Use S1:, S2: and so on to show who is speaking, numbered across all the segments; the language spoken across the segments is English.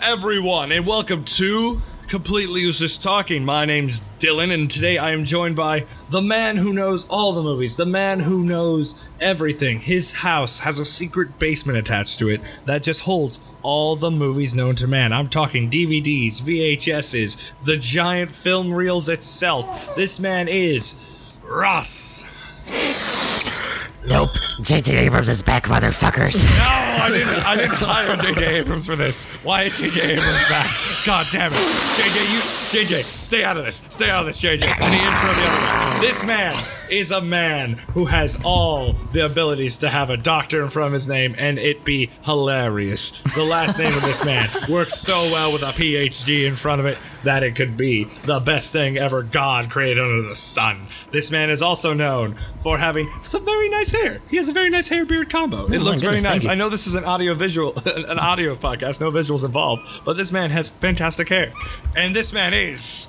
S1: everyone, and welcome to Completely Useless Talking. My name's Dylan, and today I am joined by the man who knows all the movies, the man who knows everything. His house has a secret basement attached to it that just holds all the movies known to man. I'm talking DVDs, VHSs, the giant film reels itself. This man is Ross.
S2: Nope. J.J. Abrams is back, motherfuckers.
S1: No, I didn't. I didn't hire J.J. Abrams for this. Why is J.J. Abrams back? God damn it, J.J. You, J.J. Stay out of this. Stay out of this, J.J. And the intro the other way. This man is a man who has all the abilities to have a doctor in front of his name, and it be hilarious. The last name of this man works so well with a PhD in front of it that it could be the best thing ever God created under the sun. This man is also known for having some very nice hair. He has a very nice hair beard combo. It
S2: my
S1: looks very
S2: goodness, thank
S1: nice.
S2: you.
S1: I know this is an audio visual, an audio podcast, no visuals involved, but this man has fantastic hair, and this man is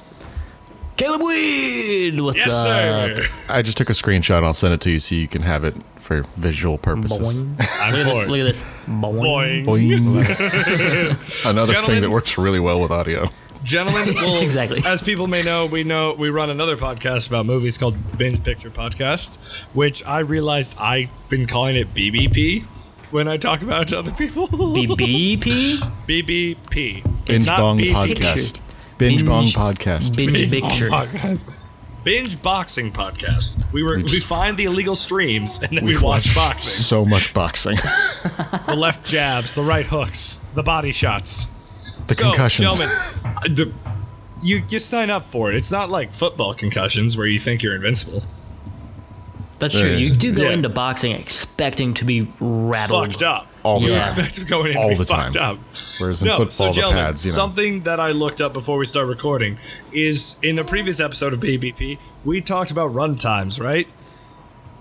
S3: Caleb Weed! What's
S1: yes,
S3: up?
S1: sir.
S4: I just took a screenshot. I'll send it to you so you can have it for visual purposes.
S3: Boing. Look at
S1: for
S3: this.
S1: it.
S3: Look at this. Boing.
S1: Boing.
S4: Boing. Another
S1: Gentlemen.
S4: thing that works really well with audio.
S1: Gentlemen, well,
S3: Exactly.
S1: As people may know, we know we run another podcast about movies called Binge Picture Podcast, which I realized I've been calling it BBP when I talk about it to other people.
S3: BBP?
S1: BBP.
S4: Binge Bong
S1: BBP.
S4: Podcast. Binge Bong
S3: Binge-
S4: Podcast.
S3: Binge
S1: Bong
S3: picture.
S1: podcast. Binge boxing podcast. We were
S4: We
S1: we
S4: just-
S1: find the illegal streams and then we,
S4: We've
S1: watch
S4: watched
S1: boxing.
S4: So much boxing.
S1: the left jabs, the right hooks, the body shots.
S4: The
S1: so,
S4: concussions.
S1: Gentlemen, uh, the- you, you sign up for it. It's not like football concussions where you think you're invincible.
S3: That's true.
S4: Yeah.
S3: You do go
S1: Yeah.
S3: into boxing expecting to be rattled.
S1: Fucked up.
S4: All the
S1: You
S4: time.
S1: expect going in
S4: All
S1: and be
S4: the time.
S1: fucked up.
S4: Whereas in football, the
S1: gentlemen,
S4: pads, you know.
S1: Something that I looked up before we start recording is in a previous episode of BBP, we talked about run times, right?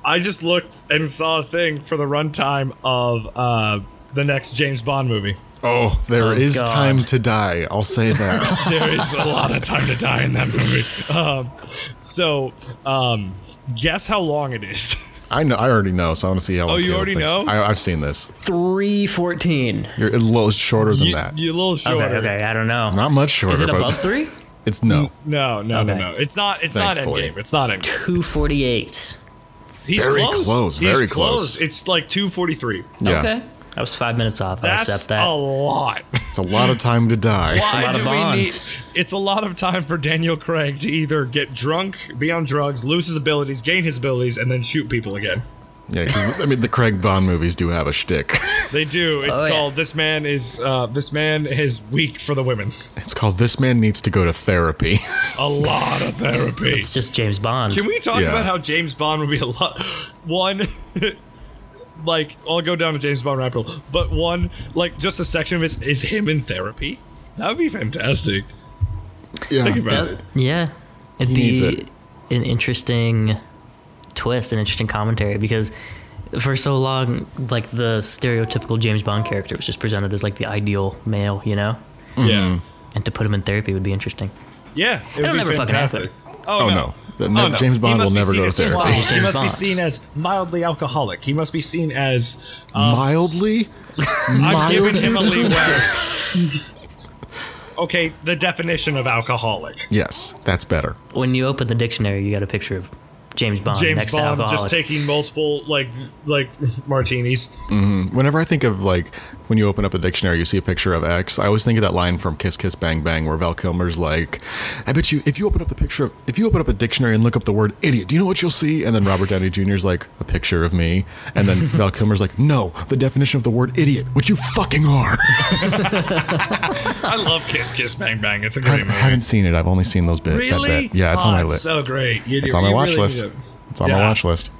S1: I just looked and saw a thing for the run time of uh, the next James Bond movie.
S4: Oh, there is
S3: God.
S4: time to die. I'll say that.
S1: there is a lot of time to die in that movie. Um, so, um, guess how long it is?
S4: I know. I already know. So I want to see how.
S1: Oh, you already know?
S4: I, I've seen this.
S3: 314.
S4: You're a little shorter than
S1: you,
S4: that.
S1: You're a little
S3: Okay,
S1: shorter.
S3: okay, I don't know.
S4: Not much shorter.
S3: Is it
S4: but
S3: above three?
S4: It's no.
S1: No, no,
S3: Okay.
S1: no, no. It's not. It's
S4: Thankfully.
S1: not endgame. It's not endgame.
S3: 248.
S1: He's
S4: Very close,
S1: He's
S4: very close.
S1: It's like two forty three.
S4: Yeah.
S3: Mm. Okay. I was five minutes off. I
S1: That's
S3: accept that.
S1: a lot.
S4: It's a lot of time to die.
S1: Why
S3: lot of
S1: do we
S3: bonds.
S1: need- It's a lot of time for Daniel Craig to either get drunk, be on drugs, lose his abilities, gain his abilities, and then shoot people again.
S4: Yeah, because I mean, the Craig Bond movies do have a shtick.
S1: They do. It's
S3: Oh, yeah.
S1: called "This Man Is uh, This Man Is Weak for the Women."
S4: It's called "This Man Needs to Go to Therapy."
S1: A lot of therapy.
S3: It's just James Bond.
S1: Can we talk
S4: Yeah.
S1: about how James Bond would be a lot? One, like I'll go down to James Bond rabbit hole, but one, like just a section of it is him in therapy. That would be fantastic.
S4: Yeah,
S1: Think about it.
S3: That- yeah. It'd
S4: needs
S3: be
S4: it.
S3: an interesting twist, an interesting commentary because for so long, like the stereotypical James Bond character was just presented as like the ideal male, you know?
S4: Mm-hmm.
S1: Yeah,
S3: And to put him in therapy would be interesting.
S1: yeah. It would
S3: It'll
S1: be
S3: never fucking
S1: fantastic.
S4: Oh, no. That never- James
S1: He
S4: Bond
S1: must
S4: will
S1: be
S4: never
S1: seen
S4: go to
S1: as
S4: therapy.
S1: suave. He
S3: James
S1: must be
S3: Bond.
S1: seen as mildly alcoholic. He must be seen as um,
S4: Uh, mildly.
S1: I've given him a
S4: mildly-
S1: leeway. okay, the definition of alcoholic.
S4: Yes, that's better.
S3: When you open the dictionary, you got a picture of James Bond
S1: James
S3: next to
S1: Bond
S3: alcoholic.
S1: just taking multiple like like martinis.
S4: Whenever I think of like when you open up a dictionary, you see a picture of X. I always think of that line from Kiss Kiss Bang Bang where Val Kilmer's like, "I bet you if you open up the picture, of, if you open up a dictionary and look up the word idiot, do you know what you'll see?" And then Robert Downey Jr.'s like, "A picture of me," and then Val Kilmer's like, "No, the definition of the word idiot, which you fucking are."
S1: I love Kiss Kiss Bang Bang. It's a
S4: I
S1: great
S4: haven't- I haven't
S1: movie.
S4: seen it. I've only seen those bits.
S1: Really?
S4: Yeah, it's on
S1: Oh,
S4: my list.
S1: So great. You do-
S4: It's on my
S1: you
S4: watch
S1: really
S4: list.
S1: do.
S4: It's on
S1: Yeah.
S4: my watch list.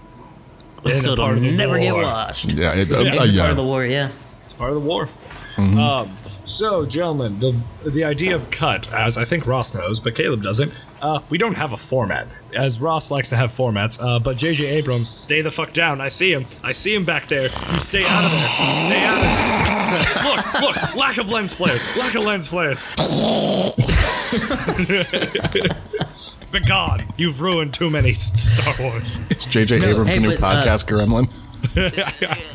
S1: a
S3: so it'll
S1: part of the
S3: never get
S1: war.
S3: watched.
S4: Yeah, it, uh,
S3: Make
S4: uh,
S3: it
S4: yeah.
S3: part of the war, yeah.
S1: It's part of the war. Um, so, gentlemen, the the idea of cut, as I think Ross knows, but Caleb doesn't. Uh, we don't have a format, as Ross likes to have formats. Uh, but J.J. Abrams, stay the fuck down. I see him. I see him back there. You stay out of there. Stay out of there. look, look. Lack of lens flares. Lack of lens flares. Begone! You've ruined too many S- Star Wars.
S4: It's J.J. Abrams'
S3: hey,
S4: new
S3: but, uh,
S4: podcast, Gremlin.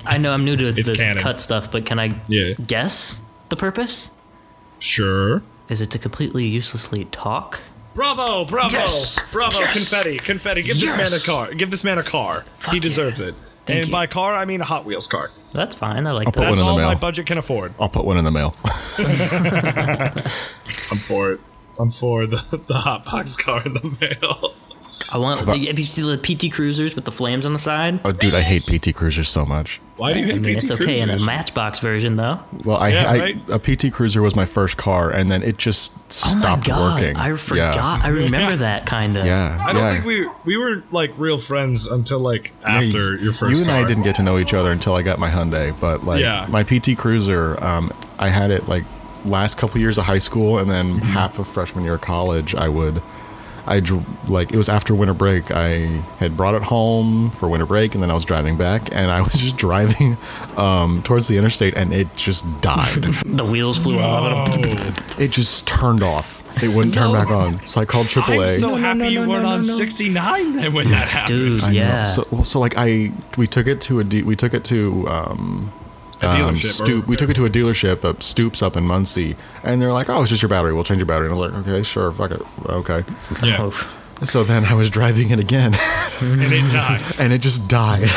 S3: I know I'm new to
S1: It's
S3: this
S1: canon.
S3: cut stuff, but can I
S1: Yeah.
S3: guess the purpose?
S1: Sure.
S3: Is it to completely uselessly talk?
S1: Bravo, bravo,
S3: Yes!
S1: bravo,
S3: Yes!
S1: confetti, confetti. Give this man
S3: Yes!
S1: a car. Give this man a car. he
S3: yeah.
S1: deserves it.
S3: Thank
S1: and
S3: you.
S1: by car, I mean a Hot Wheels car.
S3: That's fine. I like
S4: I'll put
S3: that.
S4: one
S1: That's
S4: in the
S1: all my
S4: mail.
S1: budget can afford.
S4: I'll put one in the mail.
S1: I'm for it. I'm for the, the hot box car in the mail.
S3: I want. The, if you see the PT Cruisers with the flames on the side,
S4: Oh, dude, I hate PT Cruisers so much.
S1: Why do you
S3: I
S1: hate
S3: mean
S1: PT
S3: it's okay in a
S1: Cruisers?
S3: Matchbox version though.
S4: Well, I,
S1: Yeah,
S4: I
S1: right?
S4: a PT Cruiser was my first car, and then it just stopped
S3: oh my god!
S4: working.
S3: I forgot. I remember that kind of.
S4: Yeah, yeah.
S1: I don't
S4: yeah.
S1: think we we were like real friends until like
S4: Yeah,
S1: after
S4: you-
S1: your first.
S4: You and I
S1: car.
S4: didn't get to know each other until I got my Hyundai, but like
S1: Yeah.
S4: my PT Cruiser, um, I had it like last couple years of high school, and then
S1: Mm-hmm.
S4: half of freshman year of college, I would. I dr- like it was after winter break. I had brought it home for winter break, and then I was driving back, and I was just driving um, towards the interstate, and it just died.
S3: The wheels flew off.
S1: Oh,
S4: it just turned off. It wouldn't turn back on. So I called
S1: I'm
S4: AAA.
S1: so
S3: No, no,
S1: happy
S3: no,
S1: you
S3: no,
S1: weren't
S3: no,
S1: on
S3: no.
S1: 69 then when that happened.
S3: Dude,
S4: I know.
S3: yeah.
S4: So, well, so like I, we took it to a, de- we took it to um,
S1: A
S4: um,
S1: dealership or-
S4: Stoop. We took it to a dealership up Stoops up in Muncie, and they're like, "Oh, it's just your battery. We'll change your battery." And I was like, "Okay, sure, fuck it, okay."
S1: Yeah,
S3: Oh,
S4: So then I was driving it again,
S1: and it died.
S4: and it just died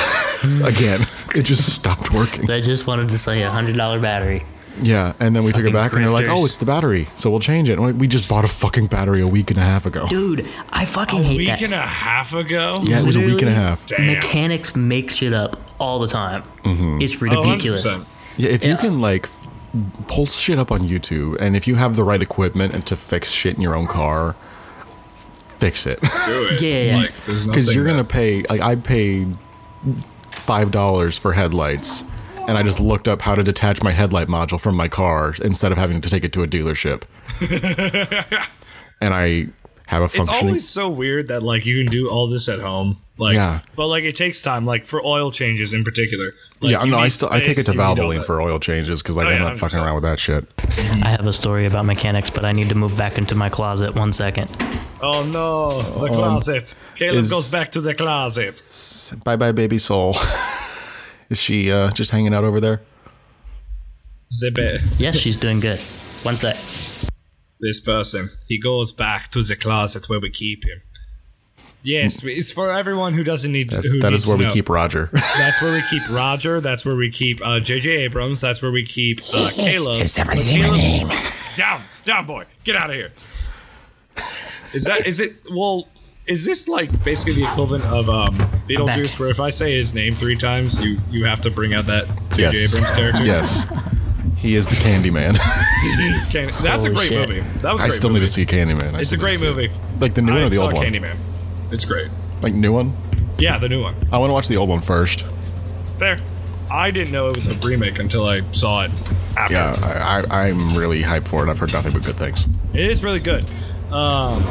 S4: again. It just stopped working.
S3: I just wanted to say a hundred dollar battery.
S4: Yeah, and then we took it
S3: Fucking
S4: back, and they're like, "Oh,
S3: grifters.
S4: it's the battery, so we'll change it." And I'm like, we just bought a fucking battery a week and a half ago.
S3: Dude, I fucking
S1: A
S3: hate
S1: week
S3: that.
S1: and a half ago.
S4: yeah, it was a week and
S3: literally-
S4: a half.
S1: Damn.
S3: Mechanics make shit up all the time.
S4: Mm-hmm.
S3: It's
S1: Oh,
S3: ridiculous.
S1: 100%.
S4: Yeah, if you
S3: Yeah.
S4: can like pull shit up on YouTube, and if you have the right equipment and to fix shit in your own car, fix it
S1: Do it.
S3: Yeah, yeah.
S1: Like, there's
S4: because
S1: nothing
S4: you're gonna
S1: that-
S4: pay. Like I paid five dollars for headlights, and I just looked up how to detach my headlight module from my car instead of having to take it to a dealership. and I have a
S1: It's
S4: functioning.
S1: always so weird that like you can do all this at home. Like,
S4: Yeah.
S1: But like it takes time. Like for oil changes in particular. Like,
S4: yeah,
S1: you
S4: no, I
S1: need
S4: still I take it
S1: space,
S4: to
S1: you need all
S4: Valvoline
S1: that.
S4: for oil changes because like
S1: Oh,
S4: I'm
S1: yeah,
S4: not fucking
S1: 100%.
S4: around with that shit.
S3: I have a story about mechanics, but I need to move back into my closet. One second.
S1: Oh no, the closet. Caleb
S4: Um, is-
S1: goes back to the closet.
S4: Bye bye, baby soul. Is she uh, just hanging out over there?
S1: Zip it.
S3: Yes, she's doing good. One sec.
S1: This person. He goes back to the closet where we keep him. Yes, it's for everyone who doesn't need. who
S4: Hmm. that
S1: needs
S4: is where
S1: to
S4: we
S1: know.
S4: keep Roger.
S1: That's where we keep Roger. That's where we keep uh, JJ Abrams. That's where we keep uh, Caleb.
S2: Did someone
S1: But
S2: say my
S1: Caleb-
S2: name?
S1: Down, down, boy. Get out of here. Is that? Is it? Well, is this like basically the equivalent of um, Beetlejuice,
S3: back.
S1: where if I say his name three times, you you have to bring out that JJ
S4: yes.
S1: Abrams character?
S4: Yes. He is the Candyman.
S1: It's Can- that's a
S3: Holy
S1: great
S3: shit.
S1: movie. That was. A
S4: I
S1: great
S4: still
S1: movie.
S4: need to see Candyman. I
S1: It's a
S4: still need
S1: great
S4: to see it.
S1: movie.
S4: Like the new
S1: I
S4: one or the
S1: saw
S4: old one?
S1: Candyman. It's great.
S4: Like new one?
S1: Yeah, the new one.
S4: I want to watch the old one first.
S1: Fair. I didn't know it was a remake until I saw it. After.
S4: Yeah, I, I, I'm really hyped for it. I've heard nothing but good things.
S1: It is really good. Um,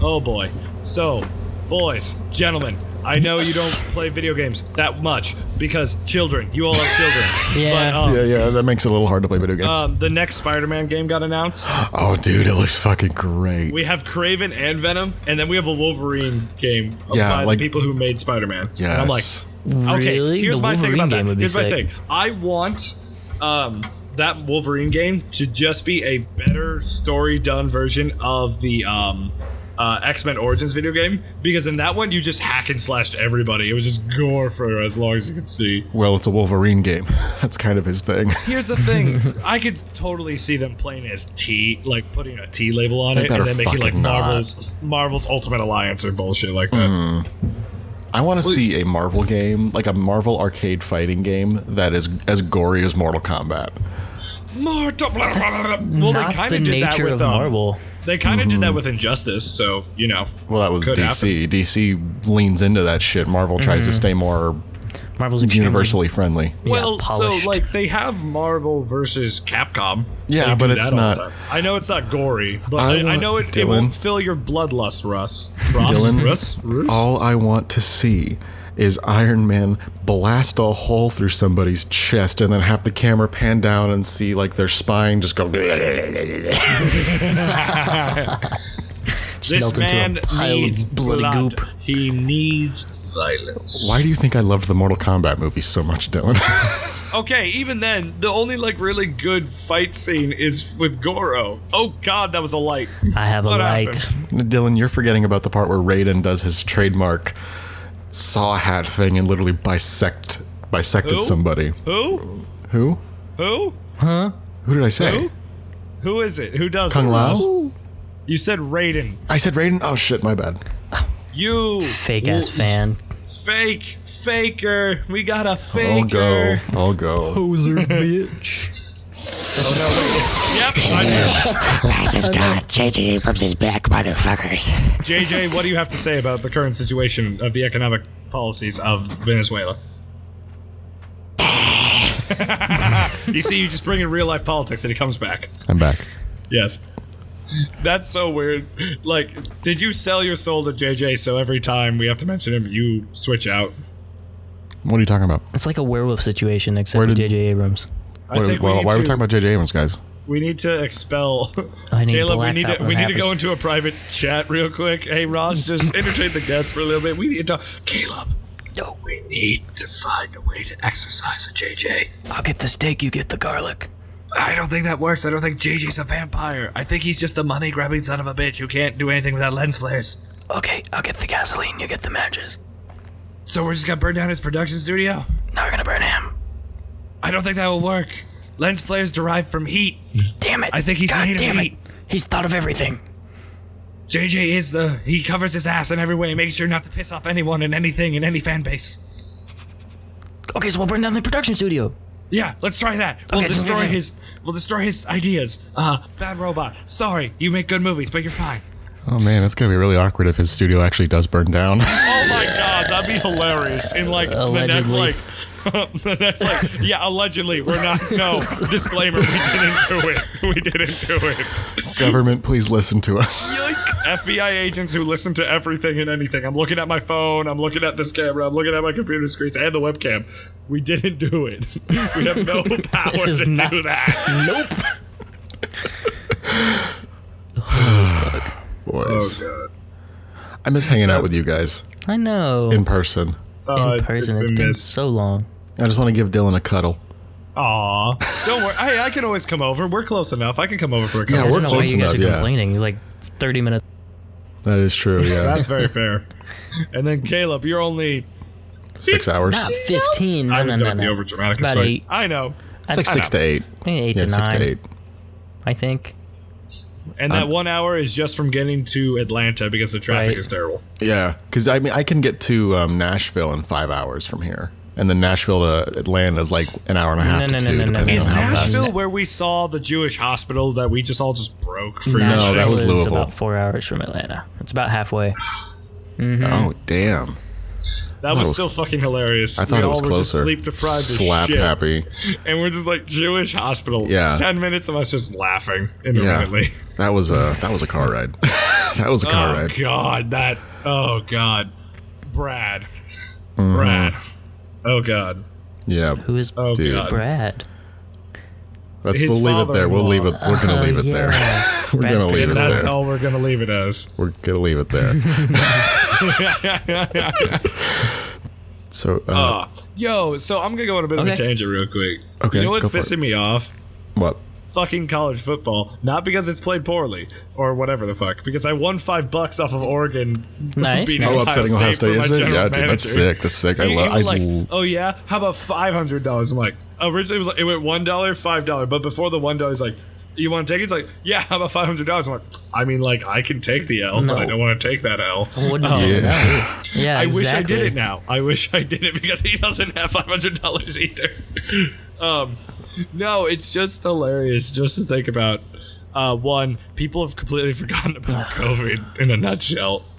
S1: oh boy. So, boys, gentlemen, I know you don't play video games that much because children. You all have children.
S3: Yeah.
S1: But, um,
S4: Yeah, yeah, that makes it a little hard to play video games.
S1: um, the next Spider-Man game got announced.
S4: oh, dude, it looks fucking great.
S1: We have Craven and Venom, and then we have a Wolverine game
S4: Yeah,
S1: by
S4: like-
S1: the people who made Spider-Man. And I'm like,
S4: Yes.
S1: okay,
S3: Really?
S1: here's
S3: The
S1: my thing
S3: Wolverine
S1: about that.
S3: game would be
S1: Here's my
S3: sick.
S1: thing. I want um, that Wolverine game to just be a better story done version of the um, uh, X Men Origins video game because in that one you just hack and slashed everybody. It was just gore for as long as you could see.
S4: well, it's a Wolverine game. That's kind of his thing.
S1: Here's the thing: I could totally see them playing as T, like putting a T label on
S4: They
S1: it, and
S4: better
S1: then making like
S4: fucking not.
S1: Marvel's Marvel's Ultimate Alliance or bullshit like that.
S3: Mm.
S4: I want to see a Marvel game, like a Marvel arcade fighting game that is as gory as Mortal Kombat.
S1: Mortal.
S3: That's
S1: well, they
S3: not
S1: kind
S3: the
S1: of did that
S3: nature
S1: with
S3: of
S1: um,
S3: Marvel.
S1: They kind of did that with Injustice, so you know.
S4: Mm-hmm. Well, that was
S1: Could Mm-hmm.
S4: DC. DC leans into that shit. Marvel tries to stay more
S3: Marvel's extremely-
S4: universally friendly.
S1: Well,
S3: polished.
S1: so like they have Marvel versus Capcom.
S4: Yeah,
S1: They do
S4: but it's
S1: that all
S4: not-
S1: the time. I know it's not gory, but
S4: I
S1: I, I,
S4: want-
S1: know it,
S4: Dylan.
S1: it won't fill your bloodlust, Russ. Russ,
S4: Dylan.
S1: Russ, Russ.
S4: All I want to see is Iron Man blast a hole through somebody's chest and then have the camera pan down and see like their spine just go.
S1: this
S3: melt into a
S1: man
S3: pile of
S1: needs
S3: bloody
S1: blood.
S3: goop.
S1: He needs violence.
S4: Why do you think I loved the Mortal Kombat movies so much, Dylan?
S1: okay, even then, the only like really good fight scene is with Goro. Oh god, that was a light.
S3: I have a
S1: What
S3: light.
S1: happened?
S4: Dylan, you're forgetting about the part where Raiden does his trademark saw hat thing and literally bisect bisected
S1: Who?
S4: somebody.
S1: Who?
S4: Who?
S1: Who?
S4: Who did I say?
S1: Who? Who is it? Who does
S4: Kung
S1: it?
S4: Lao?
S1: You said Raiden.
S4: I said Raiden. Oh shit, my bad.
S1: You
S3: Fake ass fan.
S1: fake faker. We got a
S4: I'll go.
S1: faker.
S4: I'll go.
S5: Poser bitch.
S1: Yep, I
S2: Rises God. JJ Abrams is back, motherfuckers.
S1: do. JJ, what do you have to say about the current situation of the economic policies of Venezuela? you see, you just bring in real life politics and it comes back.
S4: I'm back.
S1: Yes. That's so weird. Like, did you sell your soul to JJ so every time we have to mention him, you switch out?
S4: What are you talking about?
S3: It's like a werewolf situation, except
S4: Where
S3: with
S4: did-
S3: J.J. Abrams.
S1: I
S4: Wait,
S1: think
S4: why
S1: we need
S4: why are we
S1: to-
S4: talking about JJ Abrams, guys?
S1: We need to expel
S3: I need
S1: Caleb. We
S3: blacks
S1: need to
S3: out when
S1: we
S3: it
S1: need to go
S3: happens.
S1: into a private chat real quick. Hey Ross, just entertain the guests for a little bit. We need to talk. Caleb. No, we need to find a way to exercise a JJ.
S3: I'll get the steak, you get the garlic.
S1: I don't think that works. I don't think JJ's a vampire. I think he's just a money grabbing son of a bitch who can't do anything without lens flares.
S3: Okay, I'll get the gasoline, you get the matches.
S1: So we're just gonna burn down his production studio?
S3: Now we're gonna burn him.
S1: I don't think that will work. Lens flares derive from heat.
S3: Damn it.
S1: I think he's made of heat.
S3: He's thought of everything.
S1: JJ is the he covers his ass in every way, making sure not to piss off anyone and anything in any fan base.
S3: Okay, so we'll burn down the production studio.
S1: Yeah, let's try that. We'll
S3: Okay,
S1: destroy
S3: okay.
S1: his we'll destroy his ideas. Uh bad robot. Sorry, you make good movies, but you're fine.
S4: Oh man, it's gonna be really awkward if his studio actually does burn down.
S1: Oh my god, that'd be hilarious. In like
S3: Allegedly.
S1: the next like yeah, allegedly. We're not no disclaimer, we didn't do it. We didn't do it.
S4: Government, please listen to us.
S1: FBI agents who listen to everything and anything. I'm looking at my phone. I'm looking at this camera. I'm looking at my computer screens and the webcam. We didn't do it. We have no power
S3: is
S1: to
S3: not-
S1: do that.
S3: Nope.
S4: Boys. I miss hanging out with you guys
S3: I know.
S4: in person.
S1: Uh,
S3: in
S1: it's
S3: person.
S1: been
S3: it's been
S1: missed.
S3: so long.
S4: I just want to give Dylan a cuddle.
S1: Aw, don't worry. Hey, I can always come over. We're close enough. I can come over for a couple.
S4: Yeah,
S3: I
S4: we're
S3: don't know why
S4: close
S3: you guys
S4: enough,
S3: are
S4: yeah.
S3: complaining. You're like 30 minutes.
S4: That is true. Yeah,
S1: That's very fair. And then Caleb, you're only.
S4: six hours.
S3: Not 15. Ah, No,
S1: I was
S3: no, no,
S1: gonna be
S3: no.
S1: over dramatic.
S3: About
S1: as fuck.
S3: eight.
S1: I know.
S4: It's like six to eight.
S3: Maybe eight
S4: yeah,
S3: to
S4: six
S3: nine,
S4: to eight.
S3: I think.
S1: And that one hour is just from getting to Atlanta because the traffic
S3: Right.
S1: is terrible.
S4: Yeah, because I mean, I can get to um, Nashville in five hours from here, and then Nashville to Atlanta is like an hour and a half
S3: No,
S4: to
S3: no, no,
S4: two,
S3: no, no,
S4: depending
S3: no.
S1: Is
S4: on how fast.
S1: Nashville where we saw the Jewish hospital that we just all just broke for?
S4: No, that
S3: Nashville
S4: was
S3: is
S4: Louisville.
S3: about four hours from Atlanta. It's about halfway.
S4: Oh damn!
S1: That was
S4: was-
S1: still fucking hilarious.
S4: I thought
S1: we
S4: it was
S1: all were just
S4: closer.
S1: sleep deprived as
S4: Slap
S1: shit.
S4: happy.
S1: And we're just like Jewish hospital.
S4: Yeah.
S1: Ten minutes of us just laughing
S4: Yeah,
S1: intermittently.
S4: that was a that was a car ride. that was a car
S1: Oh
S4: ride.
S1: god, that oh god. Brad.
S4: Mm-hmm.
S1: Brad. Oh god.
S4: Yeah,
S3: Who is
S1: Oh
S4: Dude.
S1: god.
S3: Brad?
S4: let's
S1: his
S4: we'll leave it there. We'll leave it. We're gonna leave it there. We're
S3: Brad's
S4: gonna leave
S3: pretty
S4: it
S1: That's
S4: there.
S1: all we're gonna leave it as.
S4: We're gonna leave it there. so uh,
S1: Uh, yo, so I'm gonna go on a bit of a
S3: Okay.
S1: tangent real quick.
S4: Okay,
S1: You know what's
S4: go for it.
S1: pissing me off?
S4: what?
S1: fucking college football, not because it's played poorly or whatever the fuck. Because I won five bucks off of Oregon.
S3: Nice,
S1: beating
S3: nice.
S4: Oh, upsetting Ohio State,
S1: for my
S4: isn't it?
S1: general
S4: Yeah, dude, that's
S1: manager.
S4: sick. That's sick. I
S1: He- he
S4: love.
S1: was
S4: I
S1: like, oh yeah, how about five hundred dollars? I'm like, originally it was like, it went one dollar, five dollar, but before the one dollar, he's like, you want to take it? He's like, yeah, how about five hundred dollars? I'm like, I mean, like I can take the L, but I
S3: No.
S1: don't want to take that L.
S3: Wouldn't
S4: yeah.
S3: it? Yeah,
S1: Oh, I
S3: exactly.
S1: wish I did it now. I wish I did it because he doesn't have five hundred dollars either. Um, no, it's just hilarious just to think about. Uh, one, people have completely forgotten about COVID in a nutshell.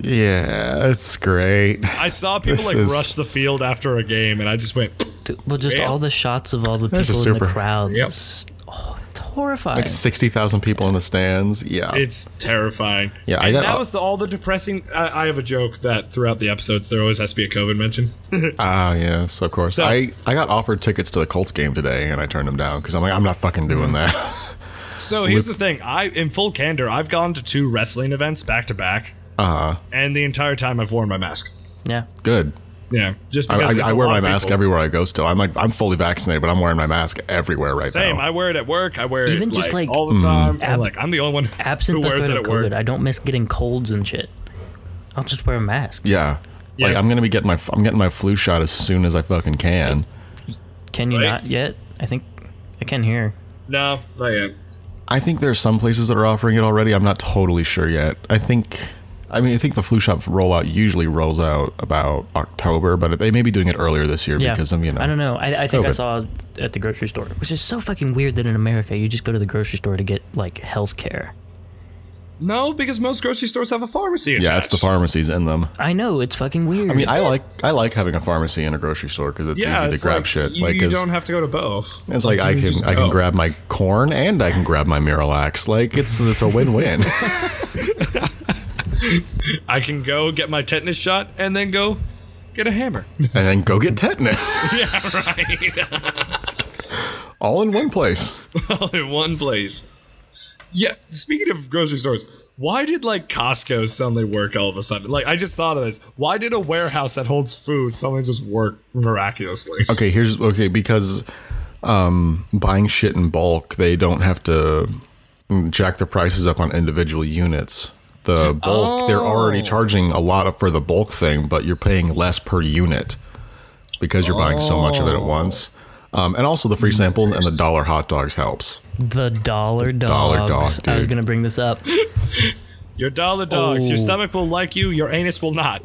S4: Yeah, it's great.
S1: I saw people
S4: This
S1: like
S4: is-
S1: rush the field after a game, and I just went.
S3: Dude, Well, just
S1: Yeah.
S3: all the shots of all the
S4: That's
S3: people
S4: just
S3: in the
S4: super.
S3: crowd.
S1: Yep.
S3: It's, oh, it's horrifying.
S4: Like sixty thousand people in the stands. Yeah,
S1: It's terrifying.
S4: Yeah, I
S1: and
S4: got-
S1: that was the, all the depressing. I, I have a joke that throughout the episodes there always has to be a COVID mention.
S4: ah, yes, of course.
S1: So-
S4: I I got offered tickets to the Colts game today, and I turned them down because I'm like, I'm not fucking
S1: Mm.
S4: doing that.
S1: So here's the thing. I, in full candor, I've gone to two wrestling events back to back,
S4: Uh huh.
S1: and the entire time I've worn my mask.
S3: yeah.
S4: Good.
S1: Yeah, just
S4: I,
S1: because
S4: I,
S1: it's
S4: I
S1: a
S4: wear
S1: lot
S4: my
S1: of
S4: mask
S1: people.
S4: everywhere I go. Still, I'm like I'm fully vaccinated, but I'm wearing my mask everywhere right
S1: Same.
S4: now. Mm.
S1: I wear it at work. I wear it
S3: Even just, like,
S1: all the time. And,
S3: ab-
S1: like I'm the only one who
S3: Absent the
S1: wears
S3: threat
S1: it
S3: of
S1: at work.
S3: COVID, I don't miss getting colds and shit. I'll just wear a mask.
S4: yeah. like
S1: Yeah.
S4: I'm gonna be getting my f- I'm getting my flu shot as soon as I fucking can.
S3: Can you
S1: Right.
S3: not yet? I think I can here.
S1: No, I am.
S4: I think there's some places that are offering it already. I'm not totally sure yet. I think, I mean, I think the flu shot rollout usually rolls out about October, but they may be doing it earlier this year
S3: Yeah.
S4: because Oh, of you know.
S3: I don't know. I, I think I
S4: COVID.
S3: saw it at the grocery store, which is so fucking weird that in America you just go to the grocery store to get like health care.
S1: No, because most grocery stores have a pharmacy.
S4: Yeah, it's the
S1: attached.
S4: pharmacies in them.
S3: I know it's fucking weird.
S4: I mean, I like I like having a pharmacy in a grocery store because it's
S1: Yeah,
S4: easy
S1: it's
S4: to grab
S1: like,
S4: shit.
S1: You,
S4: like,
S1: you
S4: 'cause
S1: don't have to go to both.
S4: it's like I can
S1: just
S4: I
S1: go.
S4: can grab my corn and I can grab my Miralax. Like it's it's a win win.
S1: I can go get my tetanus shot and then go get a hammer.
S4: and then go get tetanus. yeah, right. All in one place.
S1: all in one place. Yeah, speaking of grocery stores, why did like Costco suddenly work all of a sudden? Like I just thought of this. Why did a warehouse that holds food suddenly just work miraculously?
S4: Okay, here's okay because um, buying shit in bulk, they don't have to jack the prices up on individual units. The bulk, they're already charging a lot for the bulk thing, but you're paying less per unit because you're buying so much of it at once. Um, and also the free samples and the dollar hot dogs helps.
S3: the dollar dogs.
S4: dollar dog,
S3: I was
S4: dude.
S3: gonna bring this up.
S1: Your dollar dogs, your
S3: Oh.
S1: stomach will like you, your anus will not.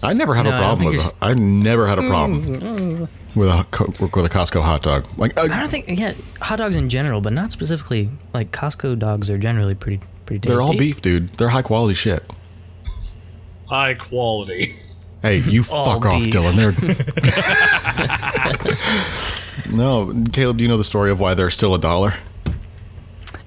S4: I never had
S3: No, I
S4: a
S3: don't
S4: problem
S3: think
S4: with.
S3: you're
S4: a- I never had a problem with a co- with a Costco hot dog. Like uh,
S3: I don't think yeah, hot dogs in general, but not specifically like Costco dogs are generally pretty pretty tasty.
S4: they're all beef, dude. They're high quality shit.
S1: High quality.
S4: Hey, you fuck off,
S3: beef.
S4: Dylan. They're no, Caleb. Do you know the story of why they're still a dollar?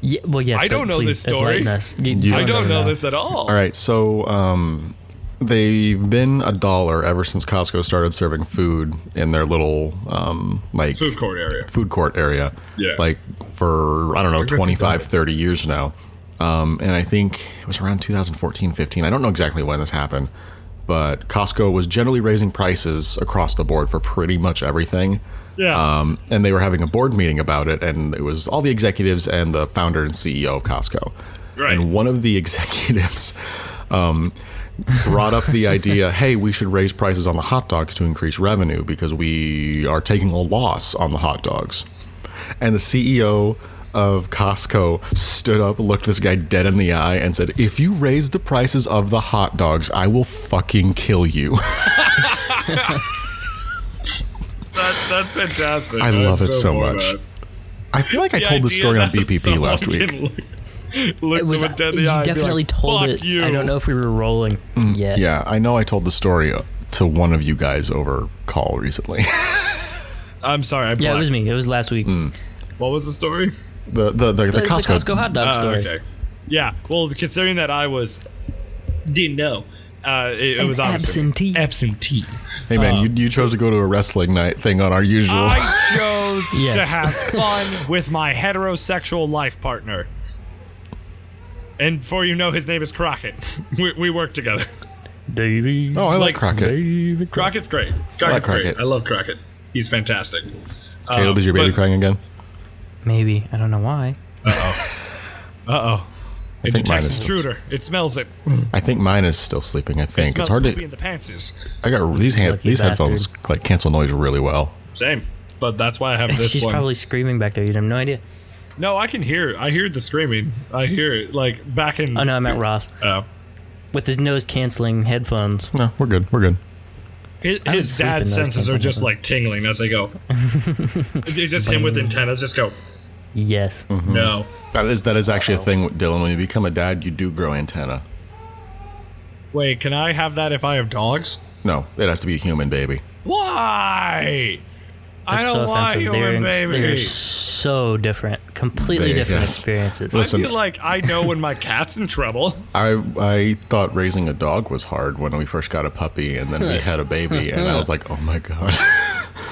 S3: Yeah, well, yes.
S1: I
S3: but
S1: don't know
S3: please,
S1: this story.
S3: enlighten us. You
S4: I
S1: I
S4: No,
S1: don't
S4: no,
S1: know
S3: no.
S1: this at all.
S4: All right, so um, they've been a dollar ever since Costco started serving food in their little um, like
S1: Food court area.
S4: food court area
S1: Yeah.
S4: like for i don't know
S1: Congrats,
S4: 25
S1: Doug.
S4: 30 years now um, and i think it was around 2014 15 i don't know exactly when this happened but costco was generally raising prices across the board for pretty much everything
S1: Yeah.
S4: um, and they were having a board meeting about it and it was all the executives and the founder and ceo of costco
S1: Right.
S4: and one of the executives um, brought up the idea hey, we should raise prices on the hot dogs to increase revenue because we are taking a loss on the hot dogs. And the CEO of Costco stood up, looked this guy dead in the eye, and said, If you raise the prices of the hot dogs, I will fucking kill you.
S1: That, that's fantastic.
S4: I
S1: I'm
S4: love it so
S1: for
S4: much.
S1: that.
S4: I feel like I
S1: The
S4: told this
S1: idea
S4: story on
S1: that
S4: BPP last
S1: someone
S4: week.
S1: can look- Look
S3: It was.
S1: someone dead in the
S3: you
S1: eye and be
S3: definitely
S1: like,
S3: told
S1: "Fuck
S3: it.
S1: You.
S3: I don't know if we were rolling yet.
S4: Mm, Yeah, I know I told the story to one of you guys over call recently.
S1: I'm sorry. I
S3: Yeah, it
S1: blacked.
S3: was me. It was last week.
S1: What was the story?
S4: the, the, Mm. the, the,
S3: The, the
S4: Costco,
S3: Costco, hot dog
S1: Oh,
S3: story.
S1: okay. Yeah. Well, considering that I was didn't know, uh, it, it
S3: An
S1: was Eh. obviously-
S3: absentee.
S1: Absentee.
S4: Hey man, you, you chose to go to a wrestling night thing on our usual.
S1: I chose
S3: Oh. Yes.
S1: to have fun with my heterosexual life partner. And for you know, his name is Crockett. We, we work together.
S3: Davy.
S4: oh, I like,
S1: like,
S4: Crockett.
S1: Crockett's great. Crockett's
S4: Crockett.
S1: great. I love Crockett. He's fantastic.
S4: Caleb,
S1: Um,
S4: is your baby
S1: but-
S4: crying again?
S3: Maybe I don't know why.
S1: Uh oh. It
S4: think mine
S1: detects
S4: is-
S1: intruder. It smells it.
S4: I think mine is still sleeping. I
S1: It
S4: think it's
S1: smells
S4: hard
S1: poopy
S4: to.
S1: in the pantses.
S4: I got these hand,
S3: Lucky
S4: these headphones like cancel noise really well.
S1: Same. But that's why I have this
S3: She's
S1: one.
S3: probably screaming back there. You have no idea.
S1: No, I can hear. I hear the screaming. I hear it like back in.
S3: Oh no, I meant Ross
S1: Uh,
S3: with his nose canceling headphones.
S4: No, we're good. We're good.
S1: his
S3: I was
S1: his
S3: sleeping
S1: dad's
S3: those
S1: senses
S3: times,
S1: are
S3: I
S1: just
S3: never-
S1: like tingling as they go. it's just him with antennas. Just go.
S4: Uh-huh.
S3: Yes.
S1: No.
S4: That is that is actually a thing, with Dylan. When you become a dad, you do grow antenna.
S1: Wait, can I have that if I have dogs?
S4: No, it has to be a human baby.
S1: Why? I
S3: That's so
S1: don't want
S3: offensive.
S1: human
S3: they're, they're
S1: babies.
S3: so different, completely
S4: They-
S3: different
S4: yes.
S3: experiences.
S1: I
S4: Listen.
S1: feel like I know when my cat's in trouble.
S4: I I thought raising a dog was hard when we first got a puppy, and then we had a baby, and I was like, oh my god.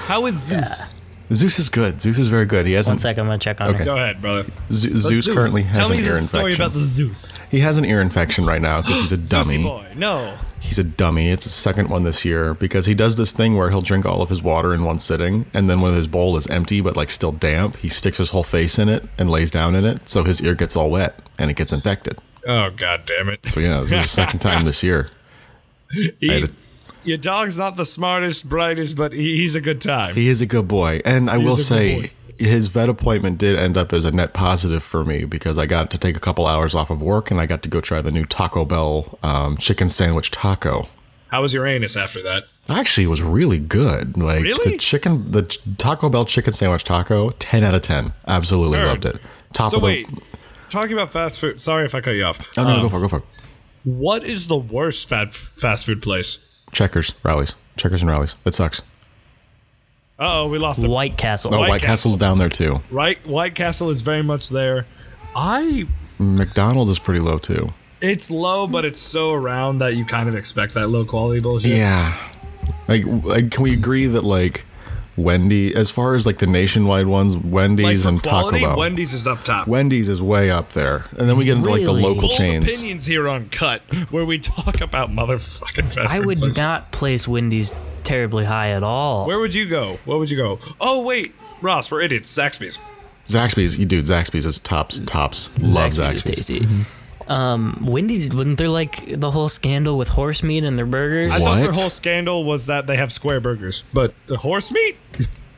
S1: How is this?
S4: Zeus is good. Zeus is very good. He
S3: One
S4: hasn't.
S3: sec, I'm gonna check on
S4: Okay.
S3: her.
S1: Go ahead, brother.
S4: Z- Zeus, currently has
S1: Tell
S4: an
S1: me
S4: ear
S1: the story
S4: infection.
S1: about the Zeus.
S4: he has an ear infection right now because he's a
S1: Zeusy
S4: dummy.
S1: boy. No.
S4: He's a dummy. It's his second one this year because he does this thing where he'll drink all of his water in one sitting, and then when his bowl is empty but like still damp, he sticks his whole face in it and lays down in it, so his ear gets all wet and it gets infected.
S1: Oh god damn it.
S4: So yeah, this is the second time this year. I had a-
S1: your dog's not the smartest, brightest, but he, he's a good time.
S4: He is a good boy, and I will
S1: is a good
S4: say his vet appointment did end up as a net positive for me because I got to take a couple hours off of work and I got to go try the new Taco Bell um, chicken sandwich taco.
S1: How was your anus after that?
S4: Actually, it was really good. Like
S1: Really?
S4: the chicken, the ch- Taco Bell chicken sandwich taco, ten out of ten. Absolutely
S1: Word.
S4: loved it. Top
S1: So
S4: of the.
S1: wait, talking about fast food. Sorry if I cut you off.
S4: oh no,
S1: Um,
S4: go for it, go for it.
S1: What is the worst fat, fast food place?
S4: Checkers, rallies, checkers and rallies. It sucks.
S1: Uh oh, we lost the
S3: White Castle.
S4: Oh, White,
S1: White Castle.
S4: Castle's down there too.
S1: right. White Castle is very much there. I.
S4: McDonald's is pretty low too.
S1: It's low, but it's so around that you kind of expect that low quality bullshit.
S4: Yeah. Like, like, can we agree that like Wendy, as far as like the nationwide ones,
S1: like
S4: Wendy's
S1: for
S4: and
S1: quality,
S4: Taco Bell,
S1: Wendy's is up top.
S4: Wendy's is way up there, and then we get into like the
S3: Really?
S4: local
S1: Bold
S4: chains.
S1: opinions here on Cut, where we talk about motherfucking fast
S3: I
S1: food
S3: would
S1: places.
S3: not place Wendy's terribly high at all.
S1: Where would you go? What would you go? Oh wait, Ross, we're idiots. Zaxby's.
S4: Zaxby's, you dude, Zaxby's is tops, tops. Love
S3: Zaxby's
S4: Zaxby's. Mm-hmm.
S3: is tasty. Um, Wendy's wasn't there like the whole scandal with horse meat in their burgers?
S1: I thought their
S4: What?
S1: whole scandal was that they have square burgers, but the horse meat.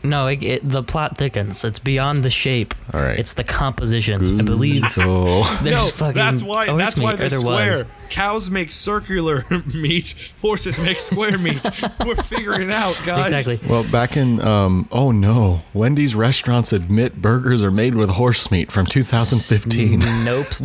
S3: No, it, it, the plot thickens. It's beyond the shape.
S4: All right.
S3: It's the composition. I believe
S4: Oh,
S3: there's
S1: no,
S3: fucking.
S1: that's why.
S3: horse
S1: That's why
S3: meat,
S1: they're
S3: or there
S1: square.
S3: was.
S1: Cows make circular meat. Horses make square meat. We're figuring it out, guys.
S3: Exactly.
S4: well, back in um, oh no, Wendy's restaurants admit burgers are made with horse meat from 2015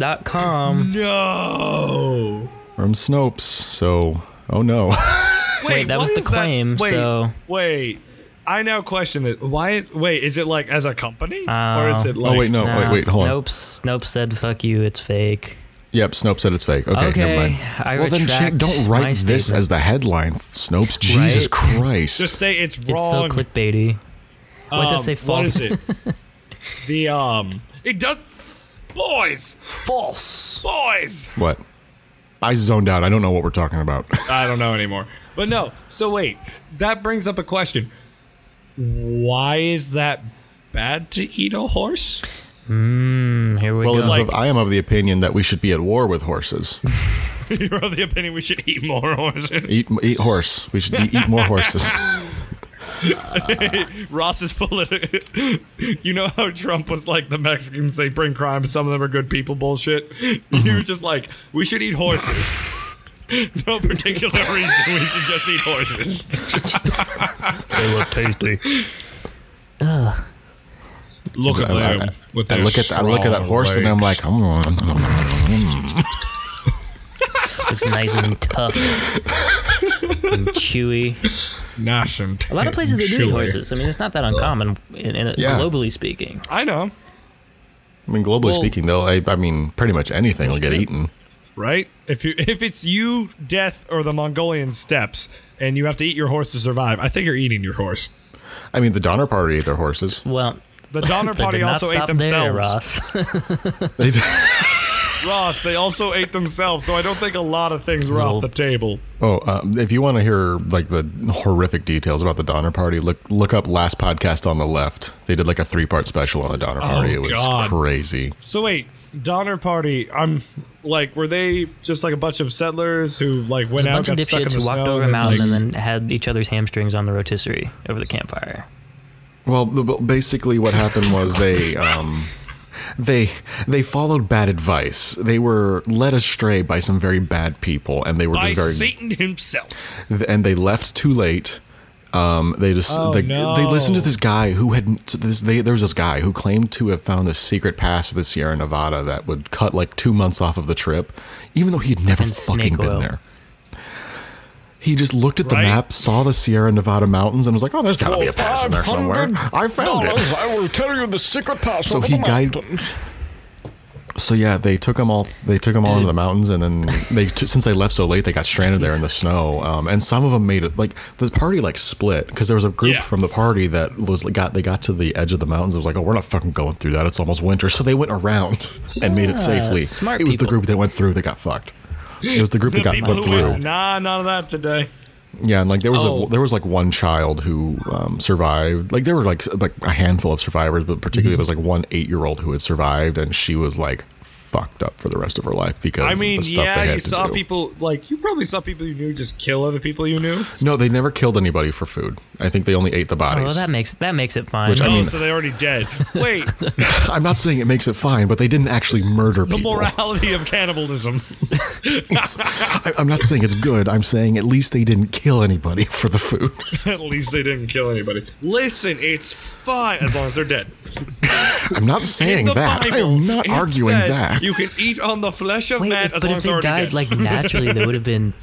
S3: Nopes.com.
S1: No.
S4: from Snopes. So, oh no,
S1: Wait,
S3: that was
S1: what is
S3: the
S1: that-
S3: claim,
S1: Wait,
S3: so-
S1: wait. I now question this. Why? Wait, is it like as a company, or is it like?
S4: oh wait, no,
S3: Nah,
S4: wait, wait, hold on.
S3: Snopes, Snopes said, "Fuck you, it's fake."
S4: Yep, Snopes said it's fake. Okay,
S3: Okay,
S4: never mind.
S3: I
S4: well, then
S3: retract
S4: check,
S3: my
S4: don't write this
S3: statement.
S4: as the headline, Snopes. Jesus
S3: Right?
S4: Christ.
S1: Just say it's wrong.
S3: It's so clickbaity. What does say
S1: Um, What
S3: false?
S1: is it? the um. It does. Boys,
S3: False.
S1: boys.
S4: what? I zoned out. I don't know what we're talking about.
S1: I don't know anymore. But no. So wait, that brings up a question. Why is that bad to eat a horse?
S3: Mm, Here we
S4: well, it
S3: go.
S4: is
S1: Like-
S4: of, I am of the opinion that we should be at war with horses.
S1: You're of the opinion we should eat more horses.
S4: Eat, eat horse. We should e- eat more horses.
S1: Ross is political. you know how Trump was like the Mexicans? They bring crime. Some of them are good people. Bullshit.
S4: Uh-huh.
S1: You're just like we should eat horses. no particular reason. We should just eat horses.
S3: they look tasty.
S1: Look at
S4: I-
S1: them. with
S4: I
S1: their
S4: look at I look at that
S1: strong
S4: horse and I'm like,
S1: legs.
S3: Looks nice and tough and chewy.
S1: Nash and
S3: A lot of places they do eat
S1: Chewy.
S3: horses. I mean, it's not that uncommon, in, in,
S4: Yeah.
S3: globally speaking.
S1: I know,
S4: I mean, globally speaking, though, I, I mean, pretty much anything will get eaten.
S1: right? If you if it's you, death, or the Mongolian steppes, and you have to eat your horse to survive, I think you're eating your horse.
S4: I mean, the Donner Party ate their horses.
S3: Well,
S1: The Donner
S3: that
S1: Party
S3: did not
S1: also ate
S3: stop there,
S1: themselves. Ross.
S3: Ross.
S4: They did-
S1: they also ate themselves, so I don't think a lot of things were
S3: Little-
S1: off the table.
S4: oh, um, if you want to hear like the horrific details about the Donner Party, look look up last podcast on the left. They did like a three part special on the Donner Party. it was
S1: God.
S4: crazy.
S1: So wait, Donner Party, I'm like, were they just like a bunch of settlers who like went
S3: There's a
S1: out,
S3: bunch of
S1: got stuck in
S3: dipshits
S1: the
S3: who walked
S1: snow,
S3: over a
S1: and,
S3: mountain
S1: like,
S3: and then had each other's hamstrings on the rotisserie over the campfire.
S4: Well, the, basically, what happened was they um, they they followed bad advice. They were led astray by some very bad people, and they were
S1: by
S4: just very
S1: Satan himself.
S4: th- and they left too late. Um, they just
S1: Oh,
S4: they,
S1: no.
S4: they listened to this guy who had to this they, there was this guy who claimed to have found this secret pass to the Sierra Nevada that would cut like two months off of the trip, even though he had never
S3: And
S4: fucking
S3: snake
S4: been
S3: oil.
S4: there. He just looked at the
S1: Right?
S4: map, saw the Sierra Nevada mountains, and was like, "Oh, there's gotta
S5: For
S4: be a pass in there somewhere. I found it."
S5: I will tell you the secret password
S4: So
S5: of
S4: he
S5: the
S4: guide-
S5: mountains.
S4: So yeah, they took them all. They took them all into the mountains, and then they t- since they left so late, they got stranded there in the snow. Um, and some of them made it like the party like split because there was a group
S1: Yeah.
S4: from the party that was got they got to the edge of the mountains. It was like, oh, we're not fucking going through that. It's almost winter, so they went around and made it safely.
S3: smart
S4: it was the
S3: people.
S4: group that went through that got fucked. It was the group that got
S1: people
S4: went
S1: who
S4: through.
S1: went, nah, none of that today.
S4: Yeah, and like there was
S3: Oh.
S4: a, there was like one child who um, survived. Like there were like s- like a handful of survivors, but particularly
S1: Mm-hmm.
S4: there was like one eight year old who had survived, and she was like fucked up for the rest of her life because
S1: I mean,
S4: of the stuff they
S1: yeah,
S4: had
S1: you
S4: to
S1: saw
S4: do.
S1: people like you probably saw people you knew just kill other people you knew.
S4: No, they never killed anybody for food. I think they only ate the
S3: Oh,
S4: bodies.
S3: well, that makes that makes it fine.
S4: Which I
S1: oh,
S4: mean-
S1: so they're already dead. Wait,
S4: I'm not saying it makes it fine, but they didn't actually murder
S1: the
S4: people.
S1: morality of cannibalism.
S4: I, I'm not saying it's good. I'm saying at least they didn't kill anybody for the food.
S1: At least they didn't kill anybody. Listen, it's fine as long as they're dead.
S4: I'm not saying
S1: the
S4: that. I
S1: Bible,
S4: am not
S1: it
S4: arguing
S1: says
S4: that.
S1: You can eat on the flesh of
S3: Wait,
S1: man
S3: if-
S1: as
S3: but
S1: long
S3: if
S1: as
S3: they
S1: they're
S3: died
S1: already dead.
S3: like naturally, they would have been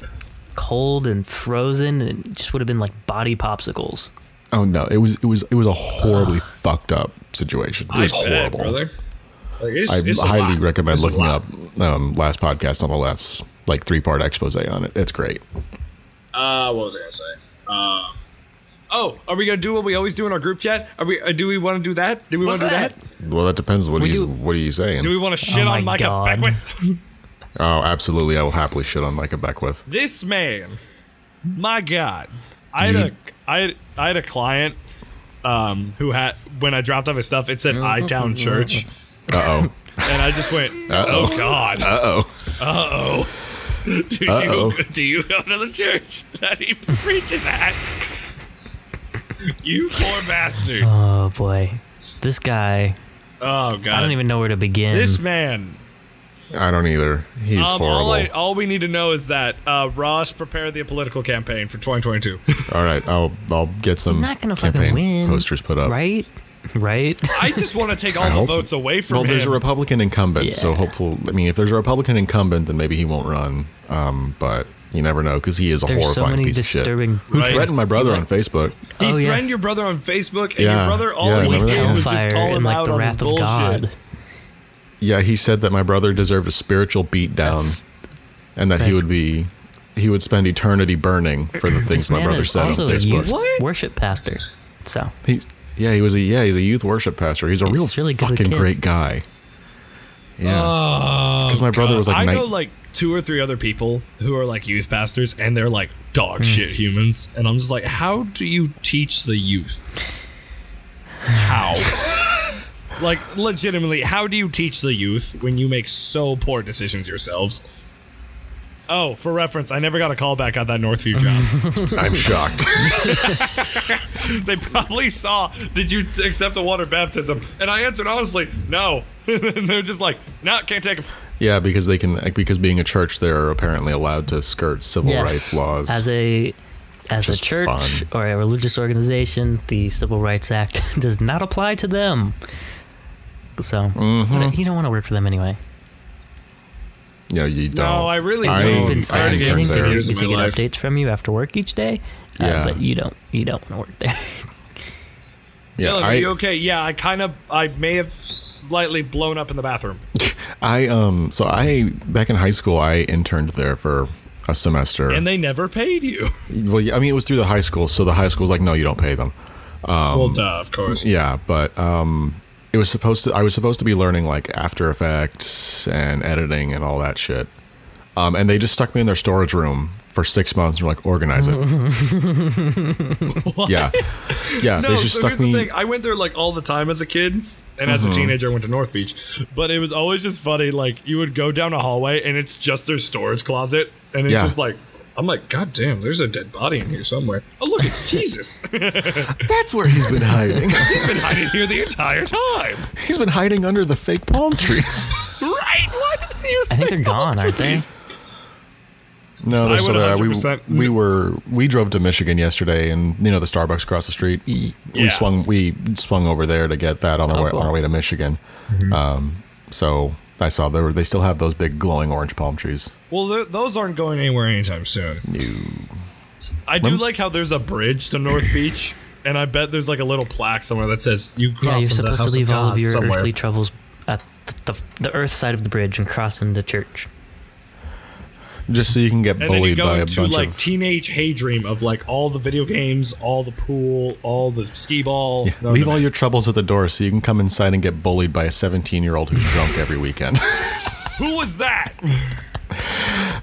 S3: cold and frozen, and it just would have been like body popsicles.
S4: oh no, it was it was it was a horribly fucked up situation. It
S1: I
S4: was
S1: bet,
S4: horrible.
S1: brother. Like, it's,
S4: I
S1: it's a
S4: highly
S1: lot.
S4: recommend
S1: It's a
S4: looking
S1: lot.
S4: up um, last podcast on the left's like three part expose on it. It's great.
S1: Uh, what was I gonna say? Um, oh, are we gonna do what we always do in our group chat? Are we? Uh, do we want to do that? Do we want
S3: What's
S1: to do that?
S3: that?
S4: Well, that depends. What
S3: We
S4: are you
S3: do-
S4: What are you saying?
S1: Do we want to shit
S3: Oh
S1: on
S3: my
S1: Micah
S3: God.
S1: Beckwith?
S4: oh, absolutely. I will happily shit on Micah Beckwith.
S1: This man, my God, I had a,
S4: Did
S1: I had, I had a client, um, who had when I dropped off his stuff, it said I Town Church,
S4: Uh oh.
S1: and I just went, oh God,
S4: Uh oh.
S1: do
S4: Uh-oh.
S1: you do you go to the church that he preaches at? You poor bastard!
S3: Oh boy, this guy.
S1: Oh God,
S3: I don't even know where to begin.
S1: This man,
S4: I don't either. He's
S1: Um,
S4: horrible.
S1: all, I, all we need to know is that uh, Ross prepared the political campaign for 2022.
S4: All right. I'll I'll get some
S3: not gonna fucking
S4: campaign
S3: win,
S4: posters put up.
S3: right, right.
S1: I just want to take all
S4: I
S1: the
S4: hope-
S1: votes away from
S4: Well,
S1: him.
S4: there's a Republican incumbent, so
S3: Yeah.
S4: hopeful. I mean, if there's a Republican incumbent, then maybe he won't run. Um, but you never know because he is a
S3: There's so
S4: horrifying
S3: many
S4: piece
S3: disturbing-
S4: of shit. Who
S1: Right.
S4: threatened my brother on Facebook?
S1: he
S3: Oh,
S1: threatened
S3: yes.
S1: your brother on Facebook, and
S4: Yeah,
S1: your brother all
S4: yeah,
S1: he
S4: remember
S1: did
S4: that?
S1: was just
S3: Hellfire
S1: call him
S3: and like
S1: out
S3: the
S1: on
S3: wrath
S1: his
S3: of
S1: bullshit.
S3: God.
S4: Yeah, he said that my brother deserved a spiritual beatdown,
S3: That's-
S4: and that he
S3: that's-
S4: would be he would spend eternity burning for the things
S3: This
S4: my
S3: man
S4: brother
S3: is
S4: said on
S3: also a youth
S4: Facebook.
S1: What?
S3: worship pastor. So
S4: He, yeah, he was a yeah, he's a youth worship pastor. He's a real
S3: He's really good with
S4: fucking
S3: kids. Oh,
S4: great guy. Yeah, because my brother was like,
S1: I
S4: nine-
S1: know like two or three other people who are like youth pastors, and they're like
S4: Hmm.
S1: dog shit humans, and I'm just like, how do you teach the youth? How? like legitimately, how do you teach the youth when you make so poor decisions yourselves? Oh, for reference, I never got a call back on that Northview job.
S4: I'm shocked.
S1: they probably saw, did you accept a water baptism? And I answered honestly, no. and they're just like, no, can't take 'em."
S4: yeah, because they can like, because being a church, they're apparently allowed to skirt civil rights laws.
S3: as a as a
S4: Just
S3: church
S4: fun.
S3: or a religious organization, the Civil Rights Act does not apply to them. So
S4: Mm-hmm.
S3: but you don't want to work for them anyway.
S4: yeah, you don't.
S1: No, I really
S4: I-
S1: don't.
S3: I've been
S4: I ain't
S3: frustrating
S4: turned
S3: to
S4: there.
S3: get,
S1: Years
S3: to
S1: of
S3: get
S1: my life.
S3: updates from you after work each day, uh,
S4: Yeah.
S3: but you don't you don't want to work there.
S4: yeah,
S1: Dylan,
S4: I,
S1: are you okay? Yeah, I kind of, I may have slightly blown up in the bathroom.
S4: I um, so I back in high school, I interned there for a semester,
S1: And they never paid you.
S4: Well, yeah, I mean, it was through the high school, so the high school's like, no, you don't pay them.
S1: well, duh, of course.
S4: Um, Yeah, but um, it was supposed to. I was supposed to be learning like After Effects and editing and all that shit. Um, and they just stuck me in their storage room for six months and were like, organize it. yeah, yeah.
S1: No,
S4: they just
S1: so
S4: stuck
S1: here's
S4: me. Mm-hmm.
S1: the thing. I went there like all the time as a kid. And as a teenager, I went to North Beach. But it was always just funny. Like, you would go down a hallway and it's just their storage closet. And it's
S4: Yeah.
S1: just like, I'm like, God damn, there's a dead body in here somewhere. Oh, look, it's Jesus. He's
S4: That's where he's been hiding.
S1: been hiding here the entire time.
S4: he's been hiding under the fake palm trees.
S1: Right? Why did they use
S3: I think they're gone, aren't they?
S4: No,
S1: I
S4: there's
S1: would
S4: still there. We,
S1: 100%
S4: we were we drove to Michigan yesterday, and you know the Starbucks across the street.
S1: Yeah.
S4: We swung we swung over there to get that on the
S3: Oh,
S4: way,
S3: cool.
S4: on our way to Michigan.
S1: Mm-hmm.
S4: Um, so I saw there were, they still have those big glowing orange palm trees.
S1: Well, th- those aren't going anywhere anytime soon. I do like how there's a bridge to North Beach, and I bet there's like a little plaque somewhere that says you cross
S3: Yeah, you're
S1: into the
S3: supposed
S1: house
S3: to leave
S1: of
S3: all
S1: God
S3: of your
S1: somewhere.
S3: earthly troubles at the, the earth side of the bridge and cross into church.
S4: Just so you can get
S1: And then you
S4: bullied
S1: go
S4: by a
S1: into
S4: bunch
S1: like
S4: of.
S1: teenage daydream of like all the video games, all the pool, all the skee ball.
S4: Yeah,
S1: No,
S4: leave
S1: no,
S4: all
S1: no.
S4: your troubles at the door so you can come inside and get bullied by a 17 year old who's drunk every weekend.
S1: Who was that?